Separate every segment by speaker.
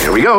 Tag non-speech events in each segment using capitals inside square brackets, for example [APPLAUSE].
Speaker 1: Here we go.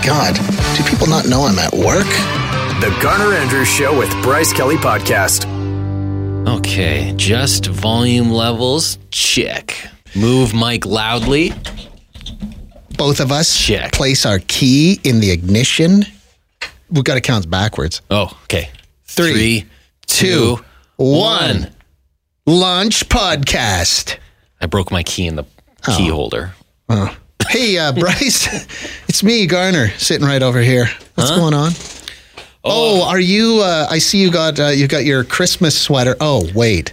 Speaker 2: God, do people not know I'm at work?
Speaker 3: The Garner Andrews Show with Bryce Kelly Podcast.
Speaker 4: Okay, just volume levels. Check. Move mic loudly.
Speaker 2: Both of us
Speaker 4: Check.
Speaker 2: place our key in the ignition. We've got to count backwards.
Speaker 4: Oh, okay.
Speaker 2: Three,
Speaker 4: Three, two, one.
Speaker 2: two, one. Launch podcast.
Speaker 4: I broke my key in the key holder.
Speaker 2: Hey, uh, Bryce, [LAUGHS] it's me, Garner, sitting right over here. What's going on? Oh, are you? Uh, I see you got uh, you got your Christmas sweater. Oh, wait,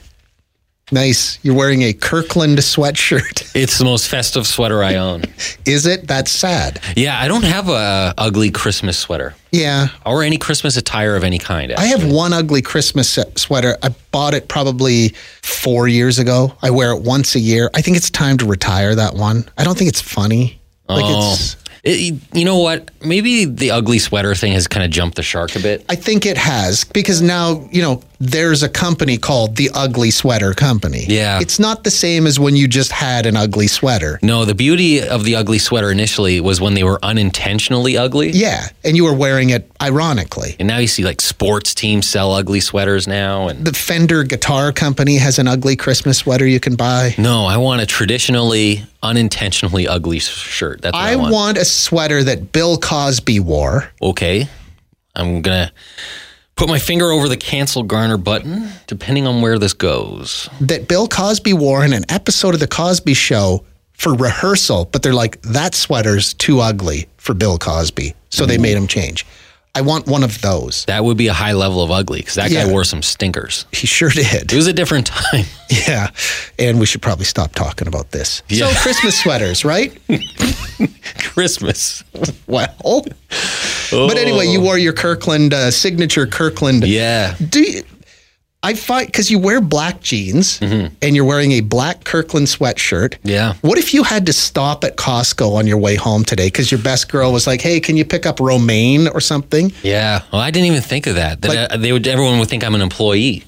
Speaker 2: nice. You're wearing a Kirkland sweatshirt. [LAUGHS]
Speaker 4: It's the most festive sweater I [LAUGHS] own.
Speaker 2: Is it? That's sad.
Speaker 4: yeah, I don't have a ugly Christmas sweater
Speaker 2: Yeah,
Speaker 4: or any Christmas attire of any kind.
Speaker 2: I have one ugly Christmas se- sweater. I bought it probably four years ago. I wear it once a year. I think it's time to retire that one. I don't think it's funny. Like
Speaker 4: Oh.
Speaker 2: it's,
Speaker 4: It- you know what? Maybe the ugly sweater thing has kind of jumped the shark a bit.
Speaker 2: I think it has because now, you know, there's a company called the Ugly Sweater Company.
Speaker 4: Yeah.
Speaker 2: It's not the same as when you just had an ugly sweater.
Speaker 4: No, the beauty of the ugly sweater initially was when they were unintentionally ugly.
Speaker 2: Yeah. And you were wearing it ironically.
Speaker 4: And now you see like sports teams sell ugly sweaters now and
Speaker 2: The Fender Guitar Company has an ugly Christmas sweater you can buy.
Speaker 4: no, I want a traditionally unintentionally ugly s- shirt. That's what I,
Speaker 2: I want a sweater that Bill Cosby wore.
Speaker 4: Okay. I'm going to put my finger over the cancel garner button depending on where this goes.
Speaker 2: that Bill Cosby wore in an episode of The Cosby Show for rehearsal, but they're like, that sweater's too ugly for Bill Cosby. So they made him change. I want one of those.
Speaker 4: That would be a high level of ugly cuz that
Speaker 2: Yeah.
Speaker 4: guy wore some stinkers.
Speaker 2: He sure [LAUGHS]
Speaker 4: It
Speaker 2: did.
Speaker 4: was a different [LAUGHS] time.
Speaker 2: Yeah. And we should probably stop talking about this.
Speaker 4: Yeah.
Speaker 2: So, Christmas sweaters,
Speaker 4: [LAUGHS]
Speaker 2: right?
Speaker 4: Christmas.
Speaker 2: well, but anyway, you wore your Kirkland, uh, signature Kirkland.
Speaker 4: Oh. Yeah.
Speaker 2: Do you, I find, because you wear black jeans and you're wearing a black Kirkland sweatshirt.
Speaker 4: Mm-hmm. Yeah.
Speaker 2: What if you had to stop at Costco on your way home today because your best girl was like, "Hey, can you pick up romaine or something?"
Speaker 4: Yeah. Well, I didn't even think of that. That
Speaker 2: Like-
Speaker 4: uh, they would everyone would think I'm an employee.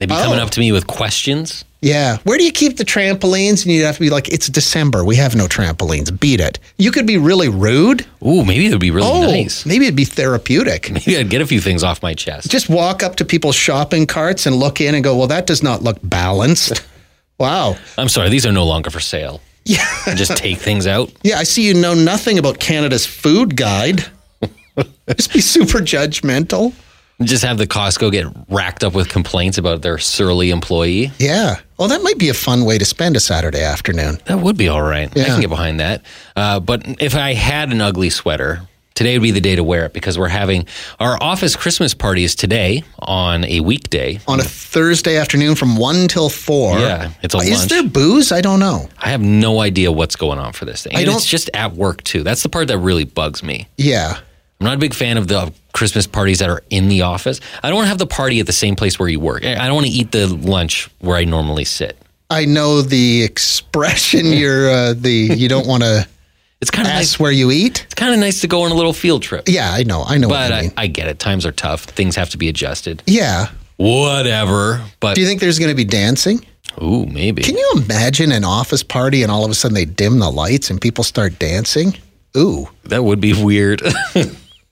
Speaker 4: They'd be coming
Speaker 2: Oh.
Speaker 4: up to me with questions.
Speaker 2: Yeah. Where do you keep the trampolines? And you'd have to be like, "It's December. We have no trampolines. Beat it." You could be really rude.
Speaker 4: Ooh, maybe it would be really nice.
Speaker 2: Oh, maybe it'd be therapeutic.
Speaker 4: Maybe I'd get a few things off my chest.
Speaker 2: Just walk up to people's shopping carts and look in and go, "Well, that does not look
Speaker 4: [LAUGHS]
Speaker 2: balanced." wow.
Speaker 4: I'm sorry, these are no longer for sale. Yeah. Just take things out.
Speaker 2: Yeah, I see you know nothing about Canada's
Speaker 4: [LAUGHS]
Speaker 2: food guide. Just be super judgmental.
Speaker 4: Just have the Costco get racked up with complaints about their surly employee.
Speaker 2: Yeah. Well, that might be a fun way to spend a Saturday afternoon.
Speaker 4: That would be all right. I
Speaker 2: Yeah.
Speaker 4: can get behind that. Uh, but if I had an ugly sweater, today would be the day to wear it because we're having our office Christmas party is today on a weekday.
Speaker 2: on a Thursday afternoon from one till four.
Speaker 4: Yeah, it's a
Speaker 2: Is
Speaker 4: lunch.
Speaker 2: there booze? I don't know.
Speaker 4: I have no idea what's going on for this thing.
Speaker 2: I
Speaker 4: And
Speaker 2: don't-
Speaker 4: it's just at work too. That's the part that really bugs me.
Speaker 2: Yeah,
Speaker 4: I'm not a big fan of the Christmas parties that are in the office. I don't want to have the party at the same place where you work. I I don't want to eat the lunch where I normally sit.
Speaker 2: I know the
Speaker 4: [LAUGHS]
Speaker 2: expression. You're uh, the you don't want to
Speaker 4: It's kind of nice.
Speaker 2: ask where you eat.
Speaker 4: It's kind of nice to go on a little field trip.
Speaker 2: Yeah, I know. I know
Speaker 4: But
Speaker 2: what I
Speaker 4: I,
Speaker 2: mean.
Speaker 4: I get it. Times are tough. Things have to be adjusted.
Speaker 2: yeah.
Speaker 4: Whatever. But
Speaker 2: Do you think there's going to be dancing?
Speaker 4: ooh, maybe.
Speaker 2: Can you imagine an office party and all of a sudden they dim the lights and people start dancing? Ooh,
Speaker 4: that would be weird. [LAUGHS]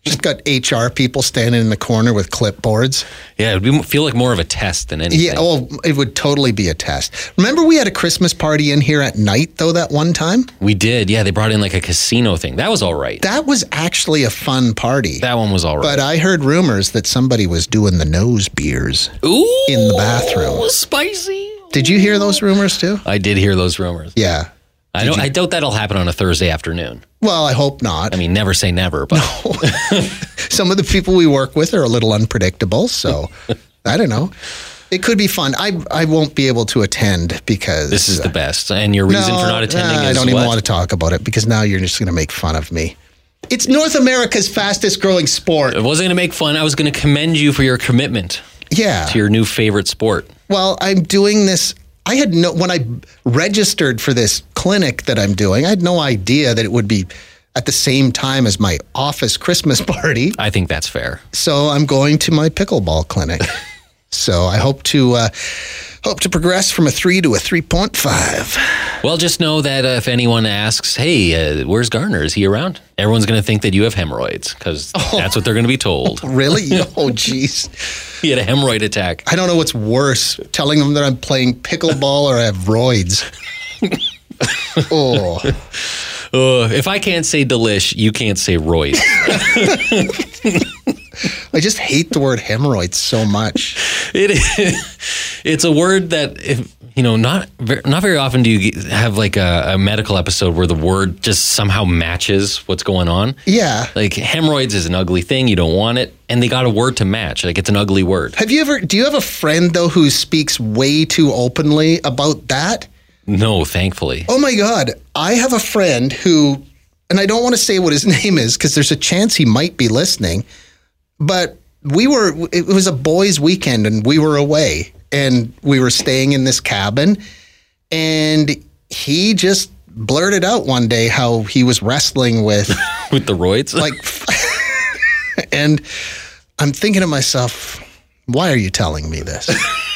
Speaker 2: just got HR people standing in the corner with clipboards.
Speaker 4: yeah, it would be, feel like more of a test than anything.
Speaker 2: Yeah, oh. well, it would totally be a test. Remember, we had a Christmas party in here at night though that one time.
Speaker 4: we did. Yeah, they brought in like a casino thing. That was all right. That,
Speaker 2: That was actually a fun party.
Speaker 4: one was all right.
Speaker 2: But I heard rumors that somebody was doing the nose beers.
Speaker 4: ooh,
Speaker 2: in the bathroom.
Speaker 4: spicy.
Speaker 2: Did you hear those rumors too?
Speaker 4: I did hear those rumors.
Speaker 2: Yeah.
Speaker 4: I don't. I doubt that'll happen on a Thursday afternoon.
Speaker 2: Well, I hope not.
Speaker 4: I mean, never say never, but [LAUGHS]
Speaker 2: Some of the people we work with are a little unpredictable, so I don't know. It could be fun. I I won't be able to attend because
Speaker 4: This is the best. And your reason for not attending
Speaker 2: uh,
Speaker 4: is
Speaker 2: I don't even
Speaker 4: what?
Speaker 2: want to talk about it because now you're just going to make fun of me. It's North America's fastest growing sport.
Speaker 4: I wasn't going to make fun. I was going to commend you for your commitment
Speaker 2: Yeah.
Speaker 4: to your new favorite sport.
Speaker 2: Well, I'm doing this. I had no when I registered for this clinic that I'm doing. I had no idea that it would be at the same time as my office Christmas [LAUGHS] party.
Speaker 4: I think that's fair.
Speaker 2: So I'm going to my pickleball clinic. so I hope to uh, hope to progress from a three to a three point five.
Speaker 4: Well, just know that uh, if anyone asks, hey, uh, where's Garner? Is he around? Everyone's going to think that you have hemorrhoids
Speaker 2: [LAUGHS]
Speaker 4: because that's what they're going to be told.
Speaker 2: Really? oh, jeez.
Speaker 4: He had a hemorrhoid attack.
Speaker 2: I don't know what's worse: telling them that I'm playing pickleball or I have roids. oh,
Speaker 4: Uh, if I can't say delish, you can't say roid.
Speaker 2: I just hate the word hemorrhoids so much.
Speaker 4: it is, [LAUGHS] it's a word that if you know not ver- not very often do you get- have like a, a medical episode where the word just somehow matches what's going on
Speaker 2: Yeah.
Speaker 4: like hemorrhoids is an ugly thing you don't want it and they got a word to match like it's an ugly word
Speaker 2: Have you ever? Do you have a friend though who speaks way too openly about that?
Speaker 4: no thankfully
Speaker 2: Oh my God. I have a friend who, and I don't want to say what his [LAUGHS] name is because there's a chance he might be listening, but we were, it was a boys' weekend and we were away and we were staying in this cabin. And he just blurted out one day how he was wrestling with,
Speaker 4: with the roids
Speaker 2: like, [LAUGHS] and I'm thinking to myself, why are you telling me this?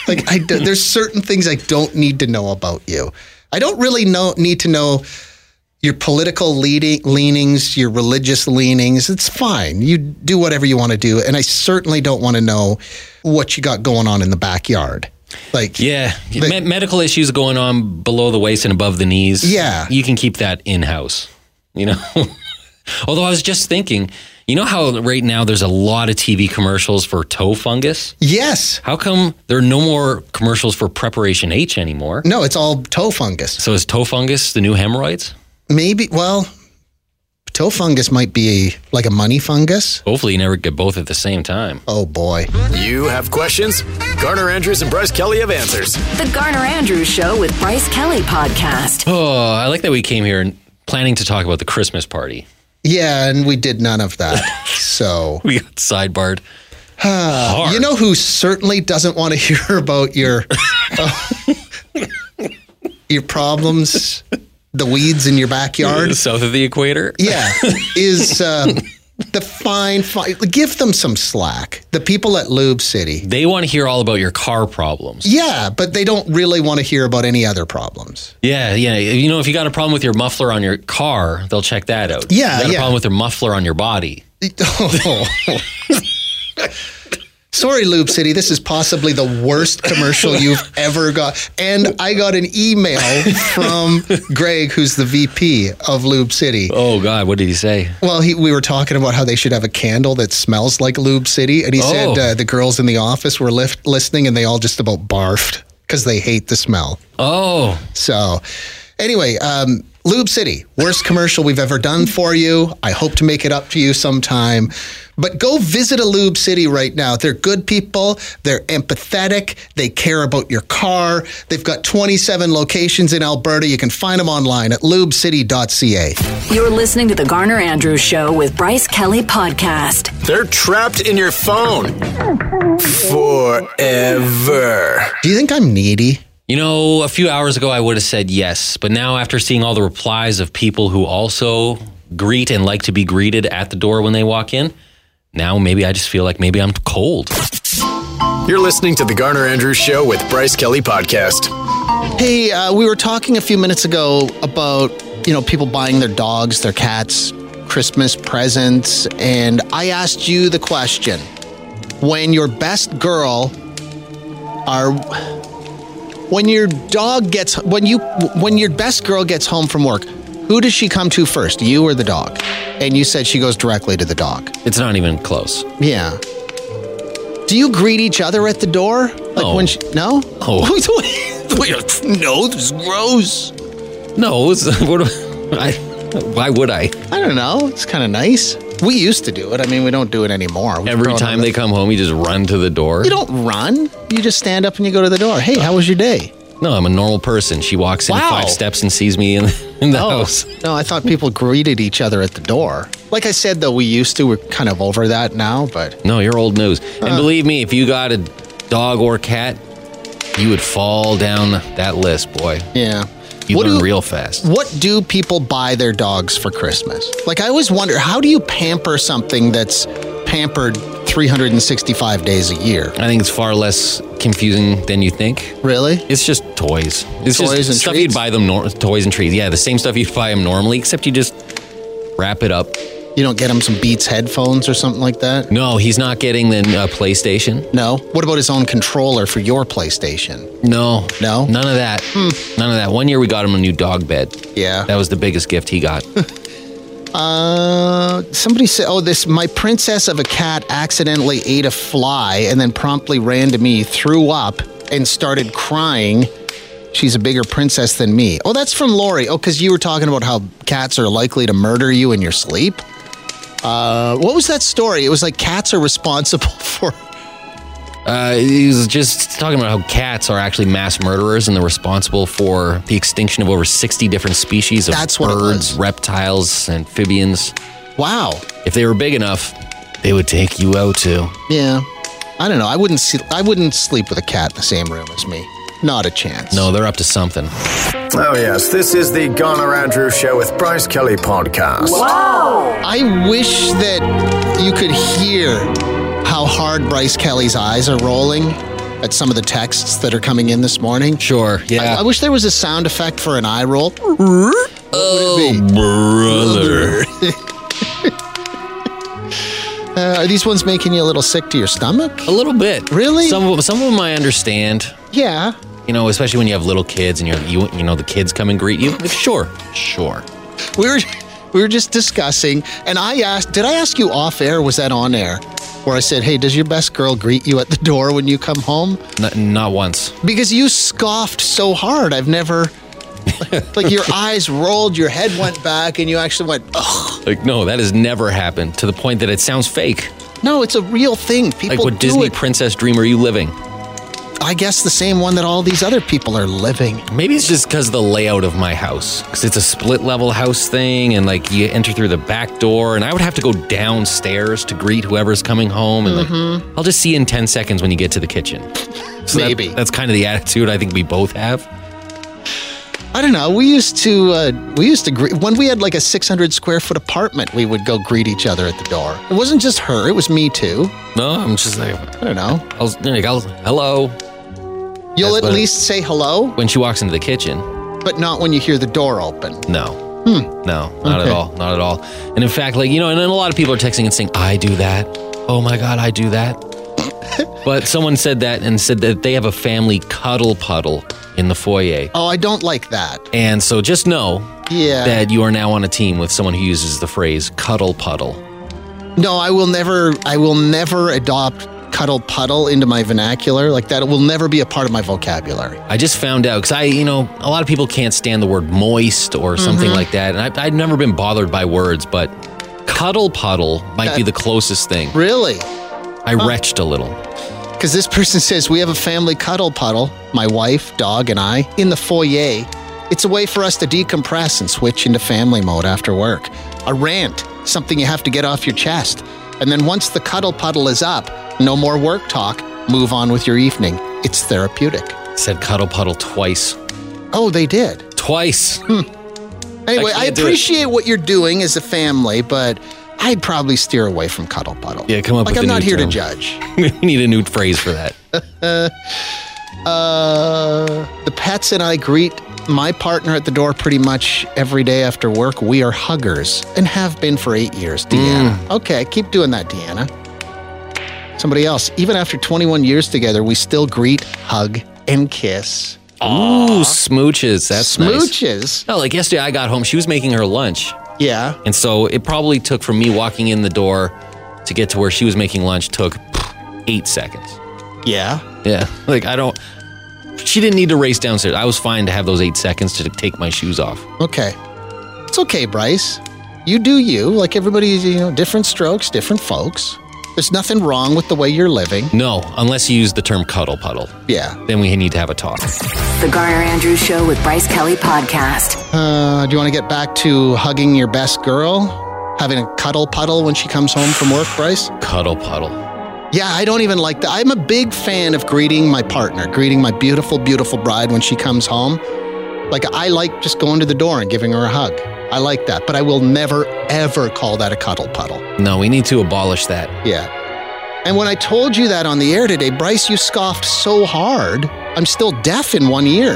Speaker 2: like, I, d- there's certain things I don't need to know about you. I don't really know need to know your political leading, leanings, your religious leanings. It's fine. You do whatever you want to do, and I certainly don't want to know what you got going on in the backyard. Like,
Speaker 4: yeah Me- medical issues going on below the waist and above the knees
Speaker 2: Yeah.
Speaker 4: you can keep that in house you know [LAUGHS] although i was just thinking you know how right now there's a lot of tv commercials for toe fungus
Speaker 2: yes,
Speaker 4: How come there are no more commercials for Preparation H anymore?
Speaker 2: no, it's all toe fungus.
Speaker 4: So is toe fungus the new hemorrhoids?
Speaker 2: Maybe, well, toe fungus might be like a money fungus.
Speaker 4: Hopefully, you never get both at the same time.
Speaker 2: Oh boy.
Speaker 3: You have questions? Garner Andrews and Bryce Kelly have answers.
Speaker 5: The Garner Andrews Show with Bryce Kelly Podcast.
Speaker 4: Oh, I like that we came here and planning to talk about the Christmas party.
Speaker 2: Yeah, and we did none of that. so,
Speaker 4: We got sidebarred. [LAUGHS] Hard.
Speaker 2: you know who certainly doesn't want to hear about your [LAUGHS] your problems, the weeds in your backyard?
Speaker 4: south of the equator.
Speaker 2: Yeah, is um, the fine, fine. Give them some slack. The people at Lube City.
Speaker 4: They want to hear all about your car problems.
Speaker 2: Yeah, but they don't really want to hear about any other problems.
Speaker 4: Yeah, yeah. You know, if you got a problem with your muffler on your car, they'll check that out.
Speaker 2: Yeah,
Speaker 4: You got a
Speaker 2: yeah.
Speaker 4: problem with your muffler on your body.
Speaker 2: [LAUGHS] Sorry, Loop City. This is possibly the worst commercial you've ever got. And I got an email from Greg, who's the VP of Lube City.
Speaker 4: Oh God, what did he say?
Speaker 2: Well, he, we were talking about how they should have a candle that smells like Lube City, and he
Speaker 4: Oh.
Speaker 2: said uh, the girls in the office were lift, listening, and they all just about barfed because they hate the smell.
Speaker 4: Oh,
Speaker 2: So, anyway, um, Lube City, worst commercial we've ever done for you. I hope to make it up to you sometime. But go visit a Lube City right now. They're good people, they're empathetic, they care about your car. They've got 27 locations in Alberta. You can find them online at lubecity.ca.
Speaker 5: You're listening to The Garner Andrews Show with Bryce Kelly Podcast.
Speaker 3: They're trapped in your phone forever.
Speaker 2: Do you think I'm needy?
Speaker 4: You know, a few hours ago I would have said yes, but now after seeing all the replies of people who also greet and like to be greeted at the door when they walk in, now maybe I just feel like maybe I'm cold.
Speaker 3: You're listening to The Garner Andrews Show with Bryce Kelly Podcast.
Speaker 2: Hey, uh, we were talking a few minutes ago about you know people buying their dogs, their cats, Christmas presents, and I asked you the question: when your best girl are when your dog gets when you when your best girl gets home from work, who does she come to first, you or the dog? And you said she goes directly to the dog.
Speaker 4: It's not even close.
Speaker 2: Yeah. Do you greet each other at the door? Like
Speaker 4: No.
Speaker 2: when she, no?
Speaker 4: No.
Speaker 2: [LAUGHS] no, this is gross.
Speaker 4: [LAUGHS] No, it's, what do I, why would I?
Speaker 2: I don't know. It's kind of nice. We used to do it. I mean, we don't do it anymore. We
Speaker 4: Every
Speaker 2: throw it
Speaker 4: time
Speaker 2: on
Speaker 4: they
Speaker 2: the-
Speaker 4: come home, you just run to the door.
Speaker 2: you don't run. You just stand up and you go to the door. Hey, how was your day?
Speaker 4: No, I'm a normal person. She walks in
Speaker 2: Wow. Oh.
Speaker 4: five steps and sees me in, in the [LAUGHS] house.
Speaker 2: no, I thought people greeted each other at the door. Like I said, though, we used to. We're kind of over that now, but
Speaker 4: No, you're old news. and believe me, if you got a dog or cat, you would fall down that list, boy.
Speaker 2: yeah.
Speaker 4: You
Speaker 2: what
Speaker 4: learn
Speaker 2: do,
Speaker 4: real fast.
Speaker 2: What do people buy their dogs for Christmas? Like I always wonder, how do you pamper something that's pampered 365 days a year?
Speaker 4: I think it's far less confusing than you think.
Speaker 2: Really?
Speaker 4: It's just toys. It's
Speaker 2: Toys
Speaker 4: just
Speaker 2: and
Speaker 4: stuff you'd
Speaker 2: treats?
Speaker 4: buy them nor- toys and treats. Yeah, the same stuff you'd buy them normally, except you just wrap it up.
Speaker 2: You don't get them some Beats headphones or something like that?
Speaker 4: No, he's not getting the uh, PlayStation.
Speaker 2: No. What about his own controller for your PlayStation?
Speaker 4: No, Hmm.
Speaker 2: No?
Speaker 4: none of that. None of that. One year we got him a new dog bed.
Speaker 2: Yeah.
Speaker 4: That was the biggest gift he [LAUGHS] got.
Speaker 2: Uh, somebody said, "Oh, this my princess of a cat accidentally ate a fly and then promptly ran to me, threw up, and started crying. She's a bigger princess than me." Oh, that's from Lori. Oh, because you were talking about how cats are likely to murder you in your sleep. Uh, what was that story? It was like cats are responsible [LAUGHS] for.
Speaker 4: Uh, he was just talking about how cats are actually mass murderers and they're responsible for the extinction of over 60 different species of
Speaker 2: That's what it
Speaker 4: birds,
Speaker 2: was.
Speaker 4: reptiles, amphibians.
Speaker 2: Wow.
Speaker 4: If they were big enough, they would take you out too.
Speaker 2: Yeah. I don't know. I wouldn't. See, I wouldn't sleep with a cat in the same room as me. Not a chance.
Speaker 4: No, they're up to something.
Speaker 6: Oh, yes, this is the Garner Andrews Show with Bryce Kelly podcast.
Speaker 7: Whoa!
Speaker 2: I wish that you could hear how hard Bryce Kelly's eyes are rolling at some of the texts that are coming in this morning.
Speaker 4: Sure.
Speaker 2: I, I
Speaker 4: Yeah.
Speaker 2: wish there was a sound effect for an eye roll.
Speaker 4: brother.
Speaker 2: [LAUGHS] Uh, are these ones making you a little sick to your stomach?
Speaker 4: A little bit.
Speaker 2: Really?
Speaker 4: Some of them, some of them I understand.
Speaker 2: Yeah.
Speaker 4: You know, especially when you have little kids and you're, you you know the kids come and greet you. Sure. Sure.
Speaker 2: We were we were just discussing, and I asked, did I ask you off air? Was that on air? Where I said, hey, does your best girl greet you at the door when you come home?
Speaker 4: Not, not once.
Speaker 2: Because you scoffed so hard, I've never.
Speaker 4: [LAUGHS]
Speaker 2: like your eyes rolled, your head went back, and you actually went, ugh.
Speaker 4: Like no, that has never happened to the point that it sounds fake.
Speaker 2: No, it's a real thing. People
Speaker 4: Like what
Speaker 2: do
Speaker 4: Disney
Speaker 2: it.
Speaker 4: princess dream are you living?
Speaker 2: I guess the same one that all these other people are living.
Speaker 4: Maybe it's just because the layout of my house, because it's a split level house thing, and like you enter through the back door, and I would have to go downstairs to greet whoever's coming home, and like I'll just see you in ten seconds when you get to the kitchen. So that-
Speaker 2: Maybe.
Speaker 4: that's kind of the attitude I think we both have.
Speaker 2: I don't know. We used to uh, we used to gre- when we had like a 600 square foot apartment, we would go greet each other at the door. It wasn't just her; it was me too.
Speaker 4: No, I'm just like,
Speaker 2: I don't know.
Speaker 4: I'll, like, I'll hello
Speaker 2: You'll
Speaker 4: That's
Speaker 2: at
Speaker 4: what-
Speaker 2: least say hello,
Speaker 4: when she walks into the kitchen.
Speaker 2: but not when you hear the door open.
Speaker 4: No, no, not
Speaker 2: Hmm. Okay.
Speaker 4: at all, not at all. And in fact, like you know, and then a lot of people are texting and saying, "I do that." Oh my god, I do
Speaker 2: [LAUGHS]
Speaker 4: that. but someone said that and said that they have a family cuddle puddle in the foyer.
Speaker 2: Oh, I don't like that.
Speaker 4: And so just know
Speaker 2: Yeah.
Speaker 4: that you are now on a team with someone who uses the phrase cuddle puddle.
Speaker 2: No, I will never. I will never adopt cuddle puddle into my vernacular like that. It will never be a part of my vocabulary.
Speaker 4: I just found out because I, you know, a lot of people can't stand the word moist or something
Speaker 2: Mm-hmm.
Speaker 4: like that. And I, I've never been bothered by words, but cuddle puddle might be the closest thing.
Speaker 2: Really.
Speaker 4: I retched a little.
Speaker 2: Because this person [LAUGHS] says, We have a family cuddle puddle, my wife, dog, and I, in the foyer. It's a way for us to decompress and switch into family mode after work. A rant, something you have to get off your chest. And then once the cuddle puddle is up, no more work talk, move on with your evening. It's therapeutic.
Speaker 4: Said cuddle puddle twice.
Speaker 2: Oh, they did.
Speaker 4: Twice.
Speaker 2: Anyway,
Speaker 4: I
Speaker 2: I,
Speaker 4: can't do it.
Speaker 2: appreciate what you're doing as a family, but I'd probably steer away from cuddle puddle.
Speaker 4: Yeah, come up
Speaker 2: like
Speaker 4: with
Speaker 2: I'm
Speaker 4: a
Speaker 2: not
Speaker 4: new
Speaker 2: here
Speaker 4: term.
Speaker 2: to judge.
Speaker 4: [LAUGHS] we need a new phrase for that.
Speaker 2: Uh, the pets and I greet my partner at the door pretty much every day after work. We are huggers and have been for eight years,
Speaker 4: Mm.
Speaker 2: Deanna. Okay, keep doing that, Deanna. Somebody else, even after 21 years together, we still greet, hug, and kiss.
Speaker 4: Ooh, smooches. That's nice.
Speaker 2: Smooches.
Speaker 4: No, like yesterday I got home. She was making her lunch.
Speaker 2: Yeah.
Speaker 4: And so it probably took from me walking in the door to get to where she was making lunch took pff, eight seconds.
Speaker 2: Yeah.
Speaker 4: Yeah. [LAUGHS] Like I don't she didn't need to race downstairs. I was fine to have those eight seconds to take my shoes off.
Speaker 2: Okay. It's okay, Bryce. You do you, like everybody's, you know, different strokes, different folks. There's nothing wrong with the way you're living.
Speaker 4: No, unless you use the term cuddle puddle.
Speaker 2: Yeah.
Speaker 4: Then we need to have a talk.
Speaker 5: The Garner Andrews Show with Bryce Kelly Podcast.
Speaker 2: Uh, do you want to get back to hugging your best girl? Having a cuddle puddle when she comes home from work, Bryce?
Speaker 4: Cuddle puddle.
Speaker 2: Yeah, I don't even like that. I'm a big fan of greeting my partner, greeting my beautiful, beautiful bride when she comes home. Like, I like just going to the door and giving her a hug. I like that, but I will never, ever call that a cuddle puddle.
Speaker 4: No, we need to abolish that.
Speaker 2: Yeah. And when I told you that on the air today, Bryce, you scoffed so hard. I'm still deaf in one ear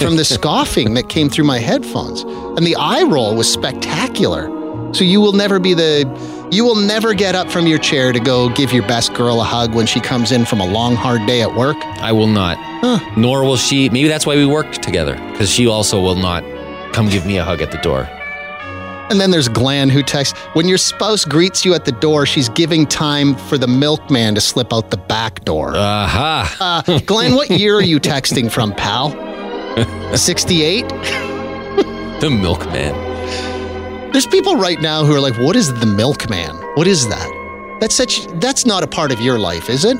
Speaker 2: from the scoffing that came through my headphones. And the eye roll was spectacular. So you will never be the, you will never get up from your chair to go give your best girl a hug when she comes in from a long, hard day at work.
Speaker 4: I will not. Nor will she. Maybe that's why we work together, because she also will not come give me a hug at the door.
Speaker 2: And then there's Glenn who texts When your spouse greets you at the door, she's giving time for the milkman to slip out the back door.
Speaker 4: Aha!
Speaker 2: Uh, [LAUGHS] Glenn, what year are you texting from, pal? 68?
Speaker 4: The milkman.
Speaker 2: There's people right now who are like, what is the milkman? What is that? That's such that's not a part of your life, is it?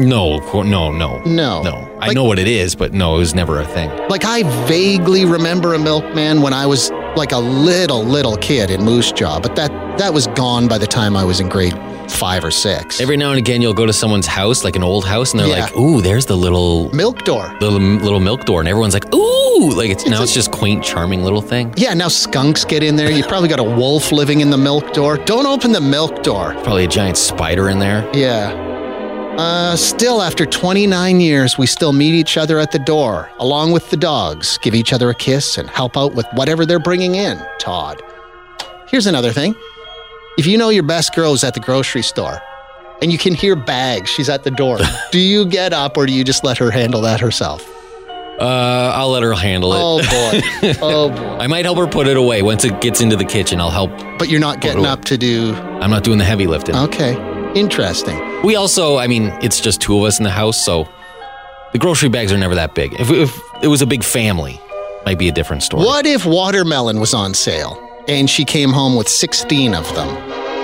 Speaker 4: No, of cour- no, no,
Speaker 2: No.
Speaker 4: no. I
Speaker 2: Like-
Speaker 4: know what it is, but no, it was never a thing.
Speaker 2: Like I vaguely remember a milkman when I was like a little, little kid in Moose Jaw, but that that was gone by the time I was in grade five or six.
Speaker 4: Every now and again, you'll go to someone's house, like an old house, and they're
Speaker 2: Yeah.
Speaker 4: like, "Ooh, there's the little."
Speaker 2: Milk door.
Speaker 4: Little, little milk door, and everyone's like, "Ooh!" Like it's, now, it's just quaint, charming little thing.
Speaker 2: Yeah, now skunks get in there. You probably got a wolf living in the milk door. Don't open the milk door.
Speaker 4: Probably a giant spider in there.
Speaker 2: Yeah. Uh, still, after 29 years, we still meet each other at the door, along with the dogs, give each other a kiss, and help out with whatever they're bringing in, Todd. Here's another thing if you know your best girl is at the grocery store and you can hear bags, she's at the door, do you get up or do you just let her handle that herself?
Speaker 4: Uh, I'll let her handle it.
Speaker 2: Oh boy. oh boy.
Speaker 4: I might help her put it away once it gets into the kitchen. I'll help.
Speaker 2: But you're not getting up to do.
Speaker 4: I'm not doing the heavy lifting.
Speaker 2: Okay. Interesting.
Speaker 4: We also, I mean, it's just two of us in the house, so the grocery bags are never that big. If, if it was a big family, might be a different story.
Speaker 2: What if watermelon was on sale and she came home with 16 of them?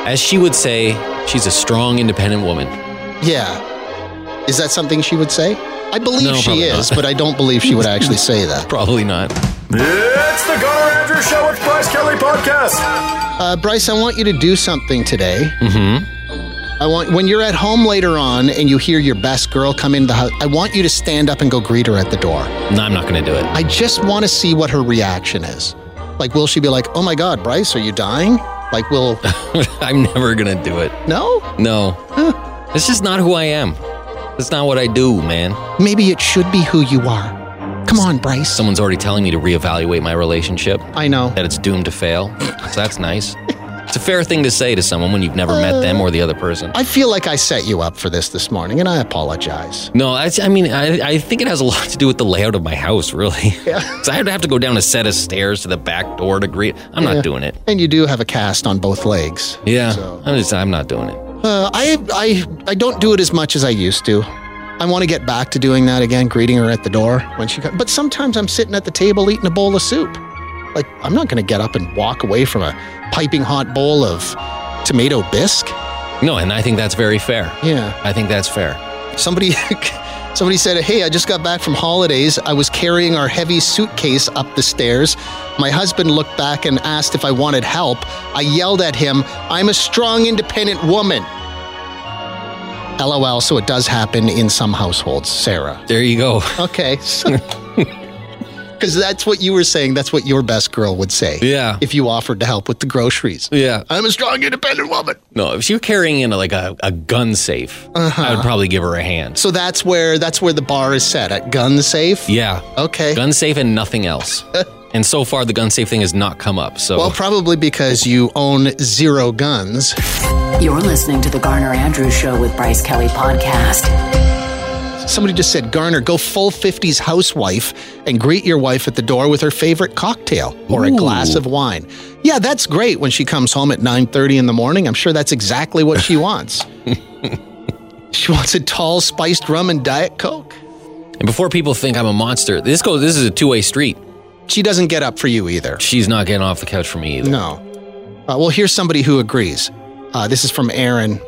Speaker 4: As she would say, she's a strong, independent woman. [LAUGHS]
Speaker 2: Yeah. Is that something she would say? I believe
Speaker 4: No,
Speaker 2: she
Speaker 4: probably
Speaker 2: is,
Speaker 4: not.
Speaker 2: but I don't believe she
Speaker 4: [LAUGHS]
Speaker 2: would actually say that.
Speaker 4: Probably not.
Speaker 6: It's the Garner Andrews Show with Bryce Kelly Podcast.
Speaker 2: Uh, Bryce, I want you to do something today. Mm-hmm. I want when you're at home later on and you hear your best girl come into the house. I want you to stand up and go greet her at the door.
Speaker 4: No, I'm not going to do it.
Speaker 2: I just want to see what her reaction is. Like, will she be like, "Oh my God, Bryce, are you dying?"
Speaker 4: [LAUGHS]
Speaker 2: Like, will
Speaker 4: I'm never going to do it.
Speaker 2: no?
Speaker 4: No. It's just not who I am. It's not what I do, man.
Speaker 2: Maybe it should be who you are. Come on, Bryce.
Speaker 4: Someone's already telling me to reevaluate my relationship, [LAUGHS]
Speaker 2: I know.
Speaker 4: that it's doomed to fail. So that's nice. It's a fair thing to say to someone when you've never met them or the other person.
Speaker 2: I feel like I set you up for this this morning, and I apologize.
Speaker 4: No, I, I mean, I, I think it has a lot to do with the layout of my house,
Speaker 2: [LAUGHS]
Speaker 4: really. Yeah. I'd have to go down a set of stairs to the back door to greet. I'm not doing it.
Speaker 2: And you do have a cast on both legs.
Speaker 4: Yeah.
Speaker 2: So-
Speaker 4: I'm just, I'm not doing it.
Speaker 2: Uh, I, I, I don't do it as much as I used to. I want to get back to doing that again, greeting her at the door when she comes. But sometimes I'm sitting at the table eating a bowl of soup. Like, I'm not going to get up and walk away from a piping hot bowl of tomato bisque.
Speaker 4: No, and I think that's very fair.
Speaker 2: Yeah.
Speaker 4: I think that's fair.
Speaker 2: Somebody, [LAUGHS] somebody said, Hey, I just got back from holidays. I was carrying our heavy suitcase up the stairs. My husband looked back and asked if I wanted help. I yelled at him, I'm a strong, independent woman. LOL, so it does happen in some households, Sarah.
Speaker 4: There you go. [LAUGHS]
Speaker 2: Okay. Because that's what you were saying. That's what your best girl would say.
Speaker 4: Yeah.
Speaker 2: If you offered to help with the groceries.
Speaker 4: Yeah.
Speaker 2: I'm a strong, independent woman.
Speaker 4: No, if she were carrying in like a, a gun safe,
Speaker 2: Uh-huh.
Speaker 4: I would probably give her a hand.
Speaker 2: So that's where that's where the bar is set at gun safe.
Speaker 4: Yeah.
Speaker 2: Okay.
Speaker 4: Gun safe and nothing
Speaker 2: [LAUGHS]
Speaker 4: else. and so far, the gun safe thing has not come up. So
Speaker 2: Well, probably because you own zero guns.
Speaker 5: You're listening to The Garner Andrews Show with Bryce Kelly Podcast.
Speaker 2: Somebody just said, Garner, go full 50s housewife and greet your wife at the door with her favorite cocktail or a glass of wine. Yeah, that's great when she comes home at 9.30 in the morning. I'm sure that's exactly what she wants. she wants a tall spiced rum and Diet Coke.
Speaker 4: And before people think I'm a monster, this goes. This is a two way street.
Speaker 2: she doesn't get up for you either.
Speaker 4: She's not getting off the couch for me either.
Speaker 2: No. Uh, well, here's somebody who agrees. Uh, this is from Aaron.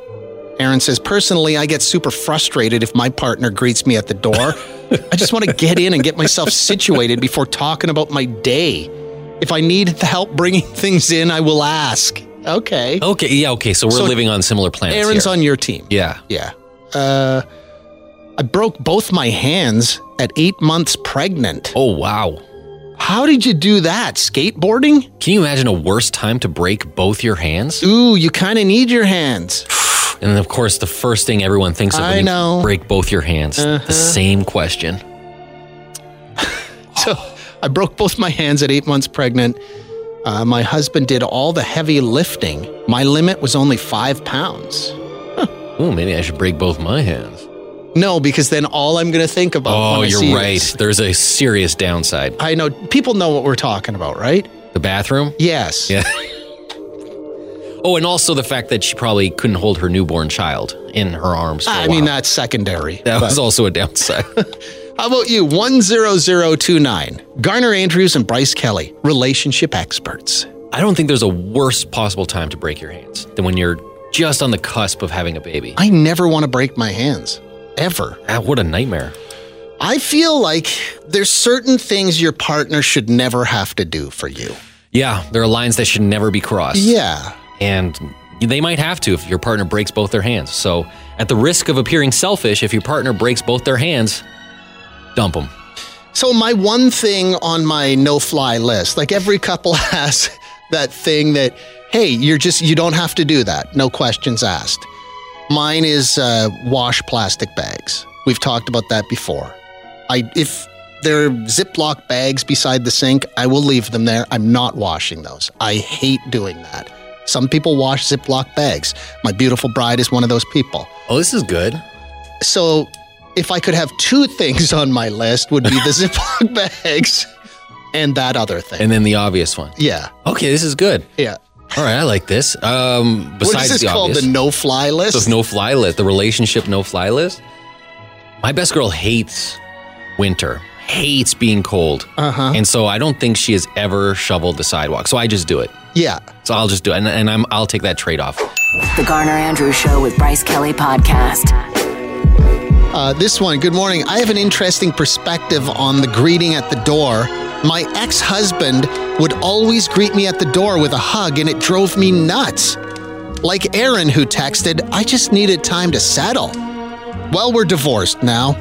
Speaker 2: Aaron says, Personally, I get super frustrated if my partner greets me at the
Speaker 4: [LAUGHS]
Speaker 2: door. I just want to get in and get myself situated before talking about my day. If I need help bringing [LAUGHS] things in, I will ask. Okay.
Speaker 4: Okay, yeah, okay. So we're
Speaker 2: So
Speaker 4: living on similar planets.
Speaker 2: Aaron's
Speaker 4: Oh, here.
Speaker 2: on your team.
Speaker 4: Yeah.
Speaker 2: Yeah. Uh, I broke both my hands at eight months pregnant.
Speaker 4: Oh wow.
Speaker 2: How did you do that? Skateboarding?
Speaker 4: Can you imagine a worse time to break both your hands?
Speaker 2: Ooh, you kind of need your hands.
Speaker 4: And then, of course, the first thing everyone thinks of when
Speaker 2: I
Speaker 4: you
Speaker 2: know. Uh-huh.
Speaker 4: break both your hands. The same question.
Speaker 2: So I broke both my hands at eight months pregnant. Uh, my husband did all the heavy lifting. My limit was only five pounds.
Speaker 4: Ooh, maybe I should break both my hands.
Speaker 2: No, because then all I'm going to think about.
Speaker 4: Oh,
Speaker 2: when I
Speaker 4: you're
Speaker 2: see
Speaker 4: right.
Speaker 2: this-
Speaker 4: There's a serious downside.
Speaker 2: I know people know what we're talking about, right?
Speaker 4: The bathroom?
Speaker 2: Yes.
Speaker 4: Yeah. Oh, and also the fact that she probably couldn't hold her newborn child in her arms. For a
Speaker 2: I mean,
Speaker 4: while.
Speaker 2: that's secondary.
Speaker 4: that
Speaker 2: but-
Speaker 4: was also a downside. [LAUGHS]
Speaker 2: How about you? 10029. Garner Andrews and Bryce Kelly, relationship experts.
Speaker 4: I don't think there's a worse possible time to break your hands than when you're just on the cusp of having a baby.
Speaker 2: I never want to break my hands, ever.
Speaker 4: Ah, what a nightmare.
Speaker 2: I feel like there's certain things your partner should never have to do for you.
Speaker 4: Yeah, there are lines that should never be crossed.
Speaker 2: Yeah.
Speaker 4: And they might have to if your partner breaks both their hands. So, at the risk of appearing selfish, if your partner breaks both their hands, dump them.
Speaker 2: So, my one thing on my no fly list, like every couple [LAUGHS] has that thing that, hey, you're just, you don't have to do that. No questions asked. Mine is uh, wash plastic bags. We've talked about that before. I, if there are Ziploc bags beside the sink, I will leave them there. I'm not washing those. I hate doing that. Some people wash Ziploc bags. My beautiful bride is one of those people.
Speaker 4: Oh, this is good.
Speaker 2: So, if I could have two things on my
Speaker 4: [LAUGHS]
Speaker 2: list, would be the Ziploc bags and that other thing.
Speaker 4: And then the obvious one.
Speaker 2: yeah,
Speaker 4: Okay, this is good.
Speaker 2: yeah.
Speaker 4: All right, I like this. Um, besides
Speaker 2: What is this
Speaker 4: the
Speaker 2: called?
Speaker 4: obvious,
Speaker 2: The no-fly list.
Speaker 4: this no-fly list, the relationship no-fly list. My best girl hates winter, hates being cold,
Speaker 2: Uh-huh.
Speaker 4: and so I don't think she has ever shoveled the sidewalk. So I just do it.
Speaker 2: yeah.
Speaker 4: So I'll just do it, and, and I'm I'll take that trade off.
Speaker 5: The Garner Andrews Show with Bryce Kelly Podcast.
Speaker 2: Uh, this one. Good morning. I have an interesting perspective on the greeting at the door. My ex-husband would always greet me at the door with a hug, and it drove me nuts. Like Aaron, who texted, I just needed time to settle. Well, we're divorced now.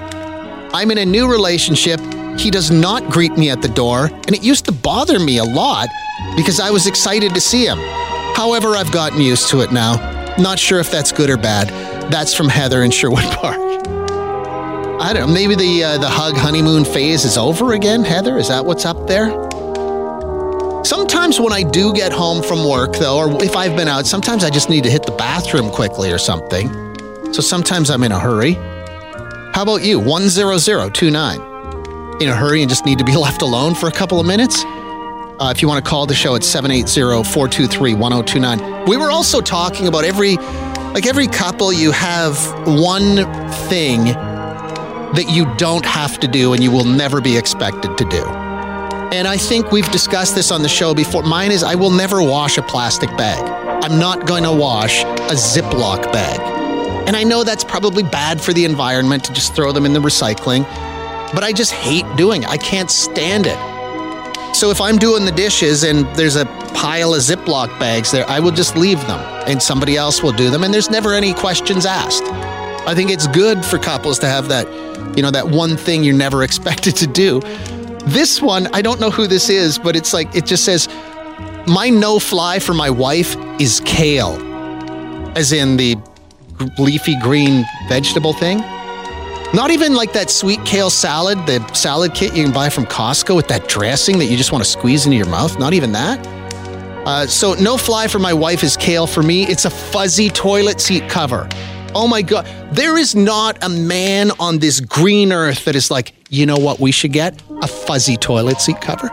Speaker 2: I'm in a new relationship. He does not greet me at the door, and it used to bother me a lot because I was excited to see him. However, I've gotten used to it now. Not sure if that's good or bad. That's from Heather in Sherwood Park. I don't know. Maybe the uh, the hug honeymoon phase is over again, Heather. Is that what's up there? Sometimes when I do get home from work, though, or if I've been out, sometimes I just need to hit the bathroom quickly or something. So sometimes I'm in a hurry. How about you? 10029. In a hurry and just need to be [LAUGHS] left alone for a couple of minutes? Uh, if you want to call the show, it's 780-423-1029. We were also talking about every, like every couple, you have one thing that you don't have to do and you will never be expected to do. And I think we've discussed this on the show before. Mine is I will never wash a plastic bag. I'm not going to wash a Ziploc bag. And I know that's probably bad for the environment to just throw them in the recycling, but I just hate doing it. I can't stand it. So if I'm doing the dishes and there's a pile of Ziploc bags there, I will just leave them and somebody else will do them and there's never any questions asked. I think it's good for couples to have that, you know, that one thing you're never [LAUGHS] expected to do. This one, I don't know who this is, but it's like it just says my no fly for my wife is kale. As in the leafy green vegetable thing. Not even like that sweet kale salad, the salad kit you can buy from Costco with that dressing that you just want to squeeze into your mouth. Not even that. Uh, so, no fly for my wife is kale. For me, it's a fuzzy toilet seat cover. Oh my God. There is not a man on this green earth that is like, you know what we should get? A fuzzy toilet seat cover.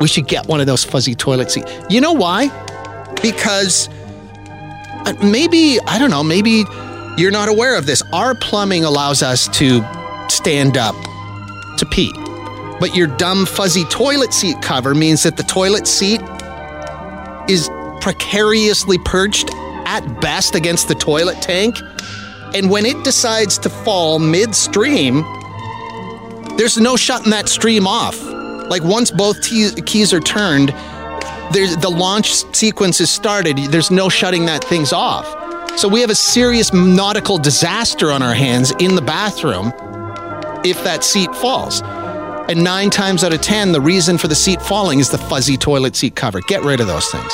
Speaker 2: We should get one of those fuzzy toilet seat. You know why? Because uh, maybe I don't know. Maybe you're not aware of this. Our plumbing allows us to stand up to pee. But your dumb fuzzy toilet seat cover means that the toilet seat is precariously perched at best against the toilet tank. And when it decides to fall midstream, there's no shutting that stream off. Like once both te- keys are turned, there's, the launch sequence is started. There's no shutting that things off. So we have a serious nautical disaster on our hands in the bathroom if that seat falls. And nine times out of ten, the reason for the seat falling is the fuzzy toilet seat cover. Get rid of those things.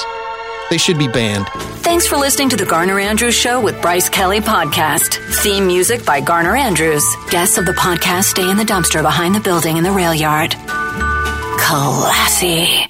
Speaker 2: They should be banned.
Speaker 5: Thanks for listening to the Garner Andrews Show with Bryce Kelly Podcast. Theme music by Garner Andrews. Guests of the podcast stay in the dumpster behind the building in the rail yard. Classy.